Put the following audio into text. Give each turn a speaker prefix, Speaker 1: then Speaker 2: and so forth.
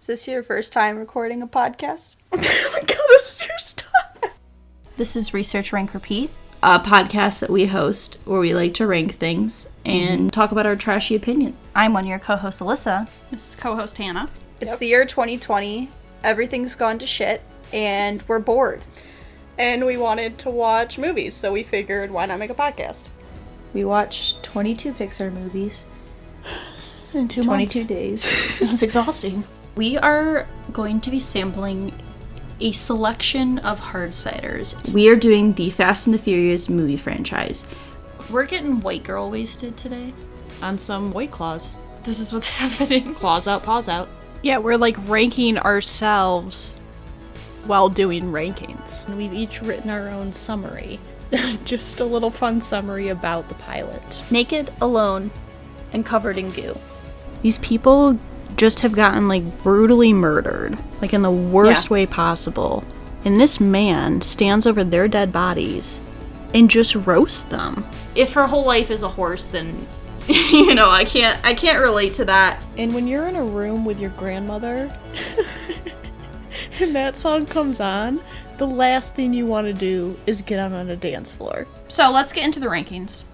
Speaker 1: Is this your first time recording a podcast?
Speaker 2: oh my god, this is your stuff.
Speaker 1: This is Research Rank Repeat, a podcast that we host where we like to rank things and talk about our trashy opinion. Mm-hmm. I'm one of your co hosts, Alyssa.
Speaker 2: This is co-host Hannah.
Speaker 1: It's the year 2020, everything's gone to shit, and we're bored.
Speaker 2: And we wanted to watch movies, so we figured why not make a podcast?
Speaker 3: We watched 22 Pixar movies
Speaker 2: In two
Speaker 3: 22 days.
Speaker 2: It was exhausting.
Speaker 1: We are going to be sampling a selection of hard ciders. We are doing the Fast and the Furious movie franchise. We're getting white girl wasted today.
Speaker 4: on some white claws.
Speaker 1: This is what's happening.
Speaker 4: Claws out, paws out. Yeah, we're like ranking ourselves while doing rankings. We've each written our own summary. Just a little fun summary about the pilot.
Speaker 1: Naked, alone, and covered in goo.
Speaker 4: These people just have gotten like brutally murdered, like in the worst way possible. And this man stands over their dead bodies and just roasts them.
Speaker 1: If her whole life is a horse, then you know, I can't I can't relate to that.
Speaker 4: And when you're in a room with your grandmother and that song comes on, the last thing you want to do is get out on a dance floor.
Speaker 2: So let's get into the rankings.